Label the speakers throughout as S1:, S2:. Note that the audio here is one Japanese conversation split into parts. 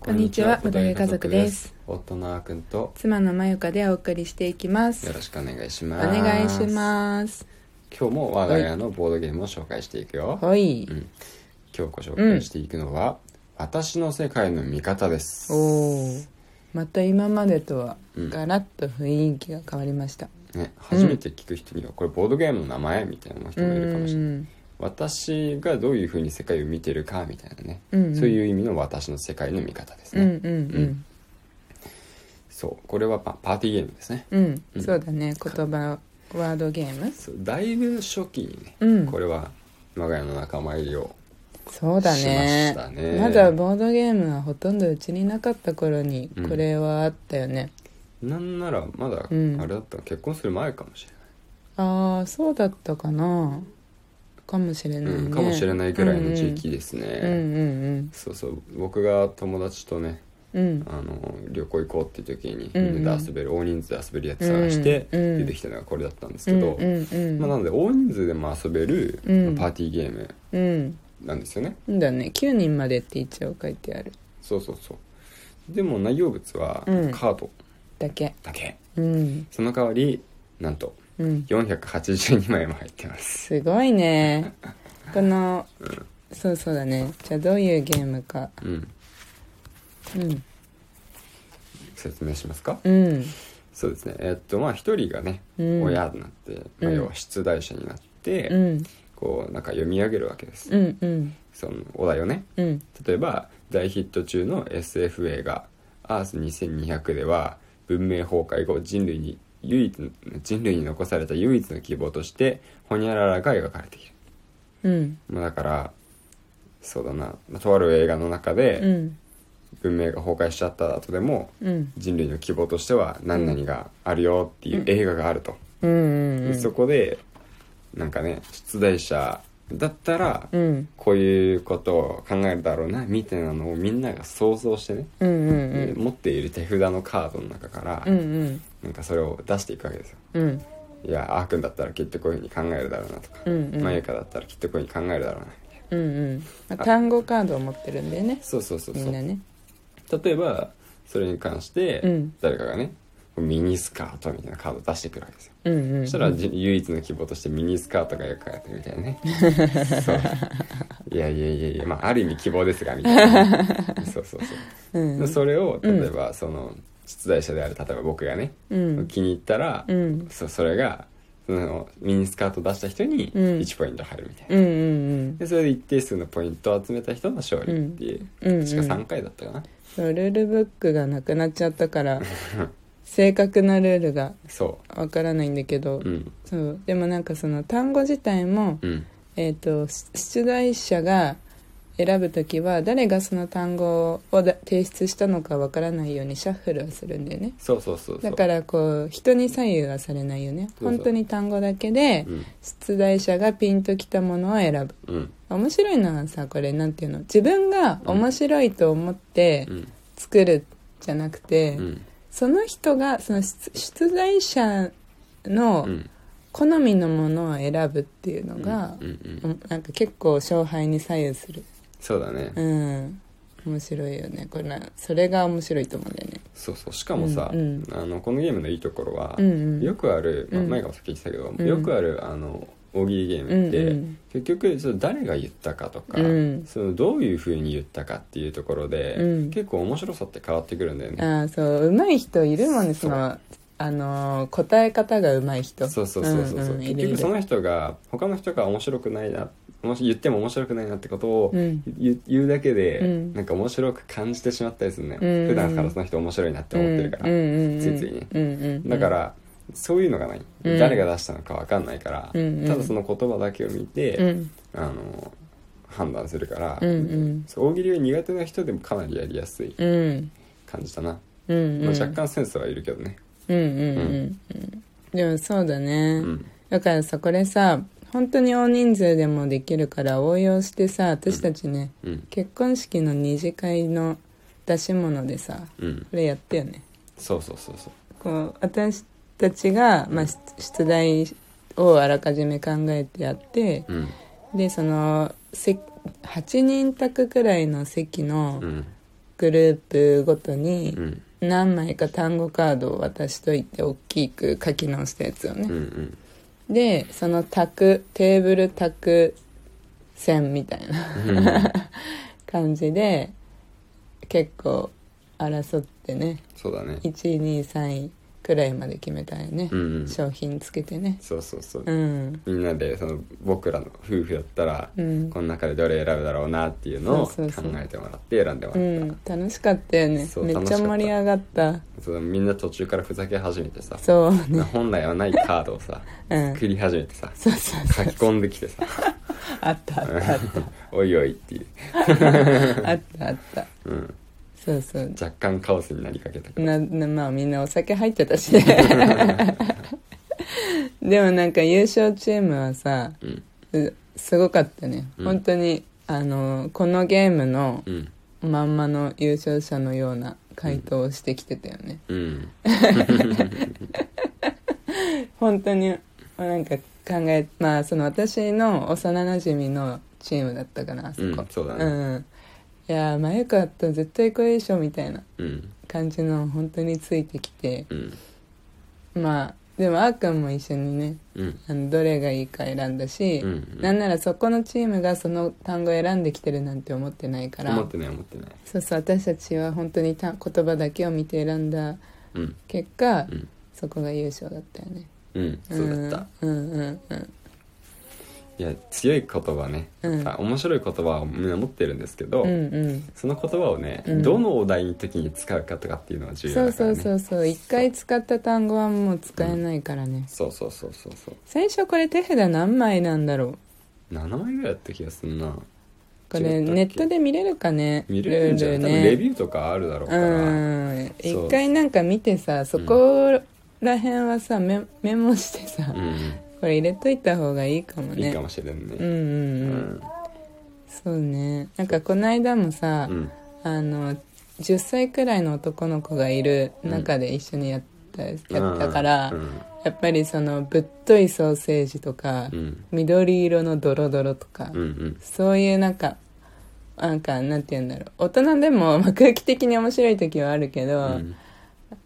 S1: こんにちは、
S2: こ
S1: ぶ
S2: んにちは
S1: どうゆ家族です。
S2: 夫のあーくんと
S1: 妻のまゆかでお送りしていきます。
S2: よろしくお願いし
S1: お
S2: ます
S1: 願いします。
S2: 今日も我が家のボードゲームを紹介していくよ、
S1: はい。
S2: 今日ご紹介していくのは、私の世界の味方です
S1: おお。また今までとは
S2: うん
S1: ガラッと雰囲気が変わりました。
S2: ね、初めて聞く人にはこれボードゲームの名前みたいな人もいるかもしれない、
S1: うん
S2: 私がどういうふうに世界を見てるかみたいなね、
S1: うんうん
S2: そういう意味の私の世界の見方です
S1: う
S2: ね、
S1: んうん
S2: そうこれはパパーティーゲームですね
S1: うん。う。
S2: うんん
S1: そうだね。言葉ワードゲーム。
S2: そうだいぶ初期にね、
S1: うん
S2: これは我が家の仲間入りを
S1: そうだ
S2: し
S1: ね
S2: ました。ね
S1: まだボードゲームはほとんどうちになかった頃に
S2: うん
S1: これはあったよね。
S2: なんならまだあ
S1: う
S2: れ
S1: ん
S2: だったの結婚する前かもし
S1: ああ、そうだったかな。かもしれ
S2: れな
S1: な
S2: いい、
S1: ね。
S2: うん、かもしれないぐらいの時期ですね、
S1: うんうん
S2: そうそう僕が友達とね
S1: うんうん
S2: あの旅行行こうっていう時に
S1: うんうん
S2: みんなで遊べる、大人数で遊べるやつ探して
S1: うんうん
S2: 出てきたのがこれだったんですけど、
S1: うんうん
S2: まあ、なので大人数でも遊べるパ
S1: う
S2: ー
S1: ん
S2: ティーゲーム
S1: うん
S2: なんですよね、
S1: うんだね9人までって一応書いてある
S2: そうそうそうでも内容物は
S1: うん
S2: カード
S1: だけ
S2: だけ、
S1: うん
S2: その代わりなんと
S1: うん
S2: 482枚も入ってます
S1: すごいねこのそうそうだねじゃあどういうゲームか
S2: うん
S1: うん
S2: 説明しますか
S1: うん
S2: そうですねえっとまあ一人がね、
S1: うん
S2: 親になって、まあ、
S1: うん
S2: 要は出題者になって、
S1: うん
S2: こうなんか読み上げるわけです、
S1: うんうん
S2: そのお題をね
S1: うん
S2: 例えば大ヒット中の SF 映画「アース2200」では文明崩壊後人類に唯一の人類に残された唯一の希望としてホニャララが描かれている、
S1: うん
S2: まあ、だからそうだなまあとある映画の中で、
S1: うん
S2: 文明が崩壊しちゃった後でも
S1: うん
S2: 人類の希望としては何々があるよっていう映画があると、
S1: うんうん
S2: でそこでなんかね出題者だったら
S1: うん
S2: こういうことを考えるだろうなみたいなのをみんなが想像してね、
S1: うんうん
S2: で持っている手札のカードの中から、
S1: うんうん
S2: なんかそれを出していくわけですよ
S1: うん
S2: いやあーくんだったらきっとこういうふうに考えるだろうなとか、
S1: うんうん
S2: まゆかだったらきっとこういうふうに考えるだろうなみたいな
S1: うんうんまあ単語カードを持ってるんだよね
S2: そうそうそう
S1: み
S2: そ
S1: んな
S2: う
S1: ね
S2: 例えばそれに関して
S1: うん
S2: 誰かがね、ミニスカートみたいなカードを出してくるわけですよ
S1: うんうんうん
S2: そしたらじ唯一の希望としてミニスカートが描かれてるみたい なねそういやいやいやいや、まあ、ある意味希望ですがみたいな ねそうそうそう
S1: う、ん
S2: でそれを例えばその出題者である例えば僕がね、
S1: うん
S2: 気に入ったら、
S1: うん
S2: そそれがそのミニスカート出した人に
S1: うん
S2: 1ポイント入るみたいな、
S1: うんうん
S2: でそれで一定数のポイントを集めた人の勝利っていう、
S1: うんうんうん
S2: 確か3回だったかな
S1: そうルールブックがなくなっちゃったから正確なルールが
S2: そ
S1: わからないんだけど、
S2: ううん
S1: そうでもなんかその単語自体も、
S2: うん
S1: えー、とし出題者が選ぶ時は誰がその単語をだ提出したのかわからないようにシャッフルをするんだよね
S2: そうそうそうそう
S1: だからこう人に左右はされないよ
S2: そう
S1: ね
S2: そう
S1: 本当に単語だけで
S2: うん
S1: 出題者がピンときたものを選ぶ
S2: うん
S1: 面白いのはさこれなんていうの自分が面白いと思って
S2: うん
S1: 作るじゃなくて、
S2: うん
S1: その人がその出出題者の
S2: うん
S1: 好みのものを選ぶっていうのが、
S2: うんうんうん
S1: うんなんか結構勝敗に左右する
S2: そうだね
S1: うん面白いよねこれなそれが面白いと思うんだよね
S2: そうそうしかもさ、
S1: うん
S2: あのこのゲームのいいところは、
S1: うんうん
S2: よくある、まあ、
S1: うん
S2: 前からさっき言ってたけど、
S1: うん
S2: よくあるあの大喜利ゲームって、
S1: うんうん
S2: 結局その誰が言ったかとか、
S1: うん
S2: そのどういうふうに言ったかっていうところで、
S1: うん
S2: 結構面白さって変わってくるんだよね。
S1: ああそう上手い人いるもんね
S2: そ
S1: そうのあのー答え方が上手い人
S2: そうそうそうそう、
S1: んん
S2: 結
S1: いるい
S2: 局
S1: る
S2: その人が他の人が面白くないなもし言っても面白くないなってことを
S1: うん
S2: 言う言うだけで、
S1: うん
S2: なんか面白く感じてしまったりするんだよ、
S1: うん
S2: 普段からその人面白いなって思ってるから、
S1: うんうんうんうん
S2: ついついね
S1: うんうんうん
S2: だから、そういうのがない、
S1: うん
S2: 誰が出したのか分かんないから、
S1: うんうん
S2: ただその言葉だけを見て、
S1: うん
S2: あの判断するから、
S1: うんうん
S2: そう大喜利が苦手な人でもかなりやりやすい
S1: うん
S2: 感じだな、
S1: うんうん
S2: まあ、若干センスはいるけどね
S1: うんうんうんうんでもそうだね、
S2: うん
S1: だからさこれさ本当に大人数でもできるから応用してさ私たちね、
S2: うん
S1: 結婚式の二次会の出し物でさ
S2: うん
S1: これやったよね
S2: そうそうそうそう
S1: こう私たちが、まあ、出出題をあらかじめ考えてやって
S2: うん
S1: でその席8人宅くらいの席の
S2: うん
S1: グループごとに
S2: うん
S1: 何枚か単語カードを渡しといて大きく書き直したやつ
S2: う
S1: を
S2: んう
S1: ね、
S2: ん
S1: でその卓テーブル卓線みたいな
S2: うんうん
S1: 感じで結構争ってね
S2: そうだね
S1: 123位くらいまで決めたよね
S2: う、んうん
S1: 商品つけてね
S2: そうそうそう
S1: うん
S2: みんなでその僕らの夫婦だったら
S1: うん、
S2: この中でどれ選ぶだろうなっていうのを考
S1: そうそうそう
S2: えてもらって選んでも
S1: う
S2: らっ
S1: ん、楽しかったよね
S2: そう
S1: めっちゃ盛り上がった
S2: たそのみんな途中からふざけ始めてさ
S1: そうね
S2: 本来はないカードをさ
S1: うん
S2: 作り始めてさ
S1: そうそう
S2: 書き込んできて さ
S1: あったあった あっ
S2: 「おいおい」っていう、
S1: たあったあった
S2: うん、
S1: そうそう
S2: 若干カオスになりかけたけど
S1: ななまあみんなお酒入ってたしね でもなんか優勝チームはさ
S2: うん
S1: うすごかったね、
S2: うん
S1: 本当にあのこのゲームの
S2: うん
S1: まんまの優勝者のような回答をしてきてたよね、
S2: うん
S1: 本当になんか考えまあその私の幼なじみのチームだったかなあそこ、
S2: うんそうだ
S1: う
S2: ね
S1: んいやー迷子だったら絶対これでしょみたいな
S2: うん
S1: 感じの本当についてきて
S2: うん
S1: まあでもあーくんも一緒にね
S2: うん
S1: あのどれがいいか選んだし、
S2: うん
S1: なんならそこのチームがその単語を選んできてるなんて思ってないから
S2: 思ってない思ってない
S1: そうそう私たちは本当にた言葉だけを見て選んだ
S2: うん
S1: 結果、
S2: うん
S1: そこが優勝だったよね
S2: うんそうだった
S1: たうんうんうん
S2: いや強い言葉ね、
S1: うん
S2: あ面白い言葉をみんな持ってるんですけど、
S1: うんうん
S2: その言葉をね、
S1: うん
S2: どのお題の時に使うかとかっていうのは重要
S1: そう
S2: だか
S1: そ
S2: ら
S1: う
S2: ね
S1: そうそう一回使った単語はもう使えないからね、
S2: そうそうそうそうそう
S1: 最初これ手札何枚なんだろう
S2: 7枚ぐらいやった気がするな
S1: こ
S2: 違
S1: れ
S2: ったっけ
S1: ネットで見れるかね
S2: 見れるんじゃない、多
S1: ルール
S2: 分
S1: ね
S2: レビューとかあるだろうから、
S1: うん
S2: そう
S1: 一回なんか見てさそこら辺はさメメモしてさ、
S2: う
S1: これ入れといた方がいいかも
S2: ん、い
S1: ね
S2: いかもしれん
S1: うん
S2: ね。
S1: う
S2: う
S1: んうん、
S2: ん、
S1: そうねなんかこの間もさ、
S2: うん、
S1: あの10歳くらいの男の子がいる中で一緒にやった,、やったから、
S2: うん、
S1: やっぱりそのぶっといソーセージとか、
S2: うん、
S1: 緑色のドロドロとか、
S2: うん、うん、
S1: そういうなんかなんかなんて言うんだろう大人でも、まあ、空気的に面白い時はあるけど、
S2: うん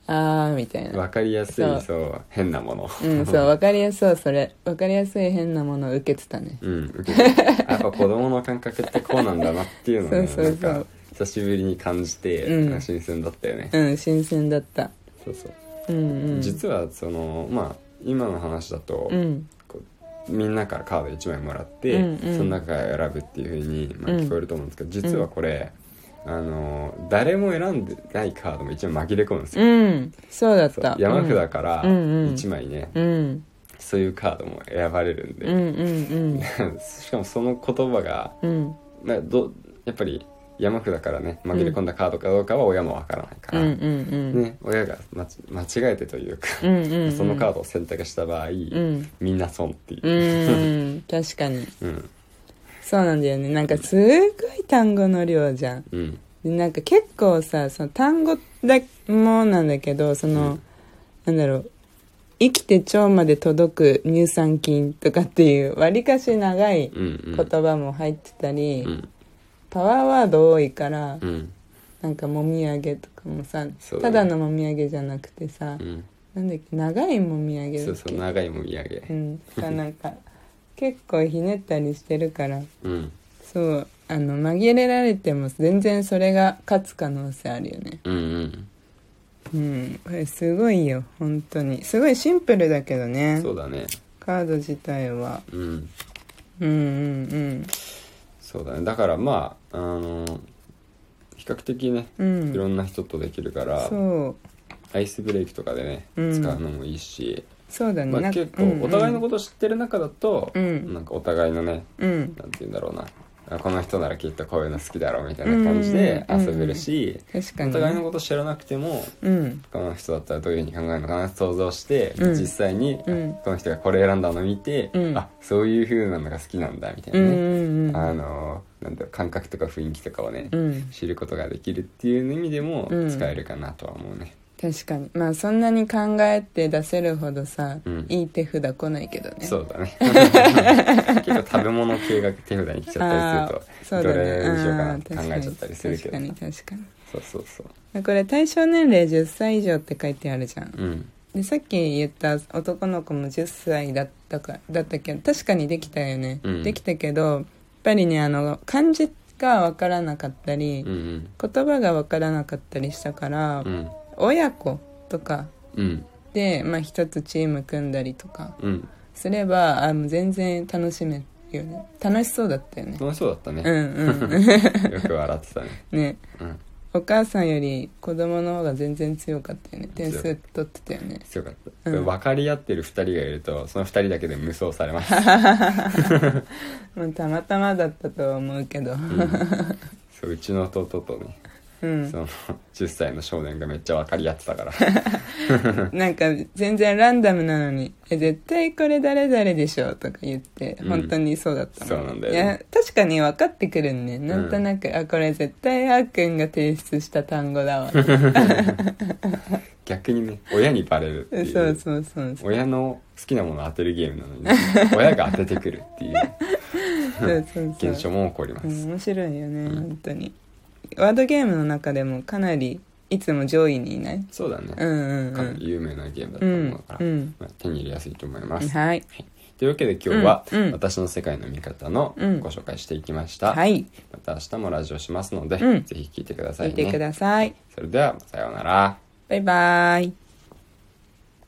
S1: あーみたいな、
S2: わかりやすい
S1: そ
S2: そうう変なもの。
S1: うん、そう分かりやすそうそれ分かりやすい変なものを受けてたね
S2: うん、受け たやっぱ子供の感覚ってこうなんだなっていうのをね、
S1: そうそうそう
S2: なんか久しぶりに感じて、
S1: う
S2: な
S1: ん
S2: んか新鮮だったよね。
S1: うん新鮮だった
S2: そうそう。
S1: うんうん
S2: 実はそのまあ今の話だと、
S1: うん
S2: こうみんなからカード1枚もらって、
S1: うんうん
S2: その中から選ぶっていうふうに、まあ、
S1: うん
S2: 聞こえると思うんですけど、実はこれ、あの誰も選んでないカードも一応紛れ込むんですよ、
S1: うんそうだっ
S2: そう
S1: た
S2: 山札から
S1: うんうん
S2: 1枚ね、
S1: うん
S2: そういうカードも選ばれるん
S1: うんう
S2: で、
S1: んうん
S2: しかもその言葉が、
S1: うん
S2: まあ、どやっぱり山札からね紛れ込んだカードかどうかは親もわからないか
S1: うんう
S2: ら、
S1: んうん
S2: ね、親がまち間違えてというか、
S1: うんうんうん
S2: そのカードを選択した場合、
S1: うん
S2: みんな損っていうう、
S1: ーん確かに
S2: うん
S1: そうなんだよねなんかすごい単語の量じゃん
S2: うん
S1: でなんか結構さその単語だもなんだけどその、なんだろう生きて腸まで届く乳酸菌とかっていうわりかし長い
S2: うんうん
S1: 言葉も入ってたり、
S2: うん
S1: パワーワード多いから、
S2: うん
S1: なんかもみあげとかもさ、
S2: そうだ
S1: た
S2: ね
S1: だのもみあげじゃなくてさ、
S2: うん
S1: なんだっけ長いもみあげだっ
S2: そ
S1: け
S2: うそう長いもみあげ
S1: うんとかなんか結構ひねったりしてるから
S2: うん
S1: そうあの紛れられても全然それが勝つ可能性あるよね
S2: うんうん
S1: うんこれすごいよ本当にすごいシンプルだけどね
S2: そうだね
S1: カード自体は
S2: うん
S1: うんうん
S2: そうだねだからまああの比較的ね
S1: うん
S2: いうろ
S1: ん
S2: んな人とできるから、
S1: そう
S2: アイスブレイクとかでね、
S1: うん
S2: 使うのもいいし、
S1: そうだね、
S2: ま
S1: な
S2: あ、
S1: んか
S2: 結構お互いの
S1: こ
S2: こと知ってる中だと、
S1: うん
S2: なんかお互いのね
S1: とうん
S2: なんて言うんだろうなあこの人ならきっとこういうの好きだろうみたいな感じで
S1: うんうんうん
S2: 遊べるし、
S1: 確かに
S2: お互いのこと知らなくても
S1: うん
S2: この人だったらどういうふうに考えるのかなって想像して、
S1: うん
S2: 実際に、
S1: うん
S2: この人がこれ選んだのを見て、
S1: うん
S2: あそういう風なのが好きなんだみたい
S1: うん
S2: な
S1: う
S2: ね、
S1: んうん
S2: あのなんだろう感覚とか雰囲気とかをね、
S1: うん
S2: 知ることができるっていう意味でも
S1: うん
S2: 使えるかなとは思うね。
S1: 確かにまあそんなに考えて出せるほどさ、
S2: うん
S1: いい手札来ないけどね
S2: そうだね結構食べ物系が手札に来ちゃ
S1: あ
S2: っ
S1: ー
S2: たりす
S1: そ
S2: ると
S1: う
S2: ど
S1: だ
S2: れ
S1: ね
S2: にしようかな
S1: あ
S2: っ
S1: ー
S2: て
S1: 確
S2: 考
S1: か
S2: えちゃ
S1: に
S2: ったりするけど
S1: 確かに確かに
S2: そうそうそう
S1: これ対象年齢10歳以上って書いてあるじゃん
S2: うん
S1: でさっき言った男の子も10歳だったかだったけど確かにできたよね、
S2: うん
S1: できたけどやっぱりねあの漢字が分からなかったり、
S2: うんうん
S1: 言葉が分からなかったりしたから、
S2: うん
S1: 親子とか
S2: うん
S1: で、まあ、一つチーム組んだりとか
S2: うん
S1: すればあもう全然楽しめるよね楽しそうだったよね
S2: 楽しそうだった
S1: う
S2: ね、
S1: んうん
S2: よく笑ってたね
S1: うんね
S2: うん
S1: お母さんより子供の方が全然強かったよね点数取ってたよね
S2: 強かった、
S1: うん
S2: 分かり合ってる2人がいるとその2人だけで無双されます
S1: もうたまたまだったとは思うけど
S2: うんそううちの弟とね、
S1: うん
S2: その10歳の少年がめっちゃ分かり合ってたから
S1: なんか全然ランダムなのに「え絶対これ誰々でしょ」とか言って
S2: うん
S1: 本当にそうだったも
S2: そうなんだよ
S1: い
S2: ね
S1: や確かに分かってくるんねなんとなく、あこれ絶対あーくんが提出した単語だわそう
S2: 逆にね親にバレるっていう
S1: そうそうそうそう
S2: 親の好きなものを当てるゲームなのに、親が当ててくるっていう
S1: そうそう
S2: 現象も起こりま
S1: う
S2: す、
S1: ん面白いよね、
S2: うん
S1: 本当にワードゲームの中でもかなりいつも上位にいない
S2: そうだ
S1: う
S2: ね、
S1: んうんう
S2: かなり
S1: ん
S2: 有名なゲームだ
S1: う
S2: と思うんから、
S1: うん
S2: まあ、手に入れやすいと思います、
S1: はい
S2: というわけで今日は、
S1: うんうん
S2: 私の世界の見方の
S1: うん
S2: ご紹介していきました、
S1: はい
S2: また明日もラジオしますので、
S1: うん
S2: ぜひ聞いてくださ
S1: 聞い
S2: い
S1: てく
S2: ね
S1: ださい
S2: それではさようなら
S1: バイバイ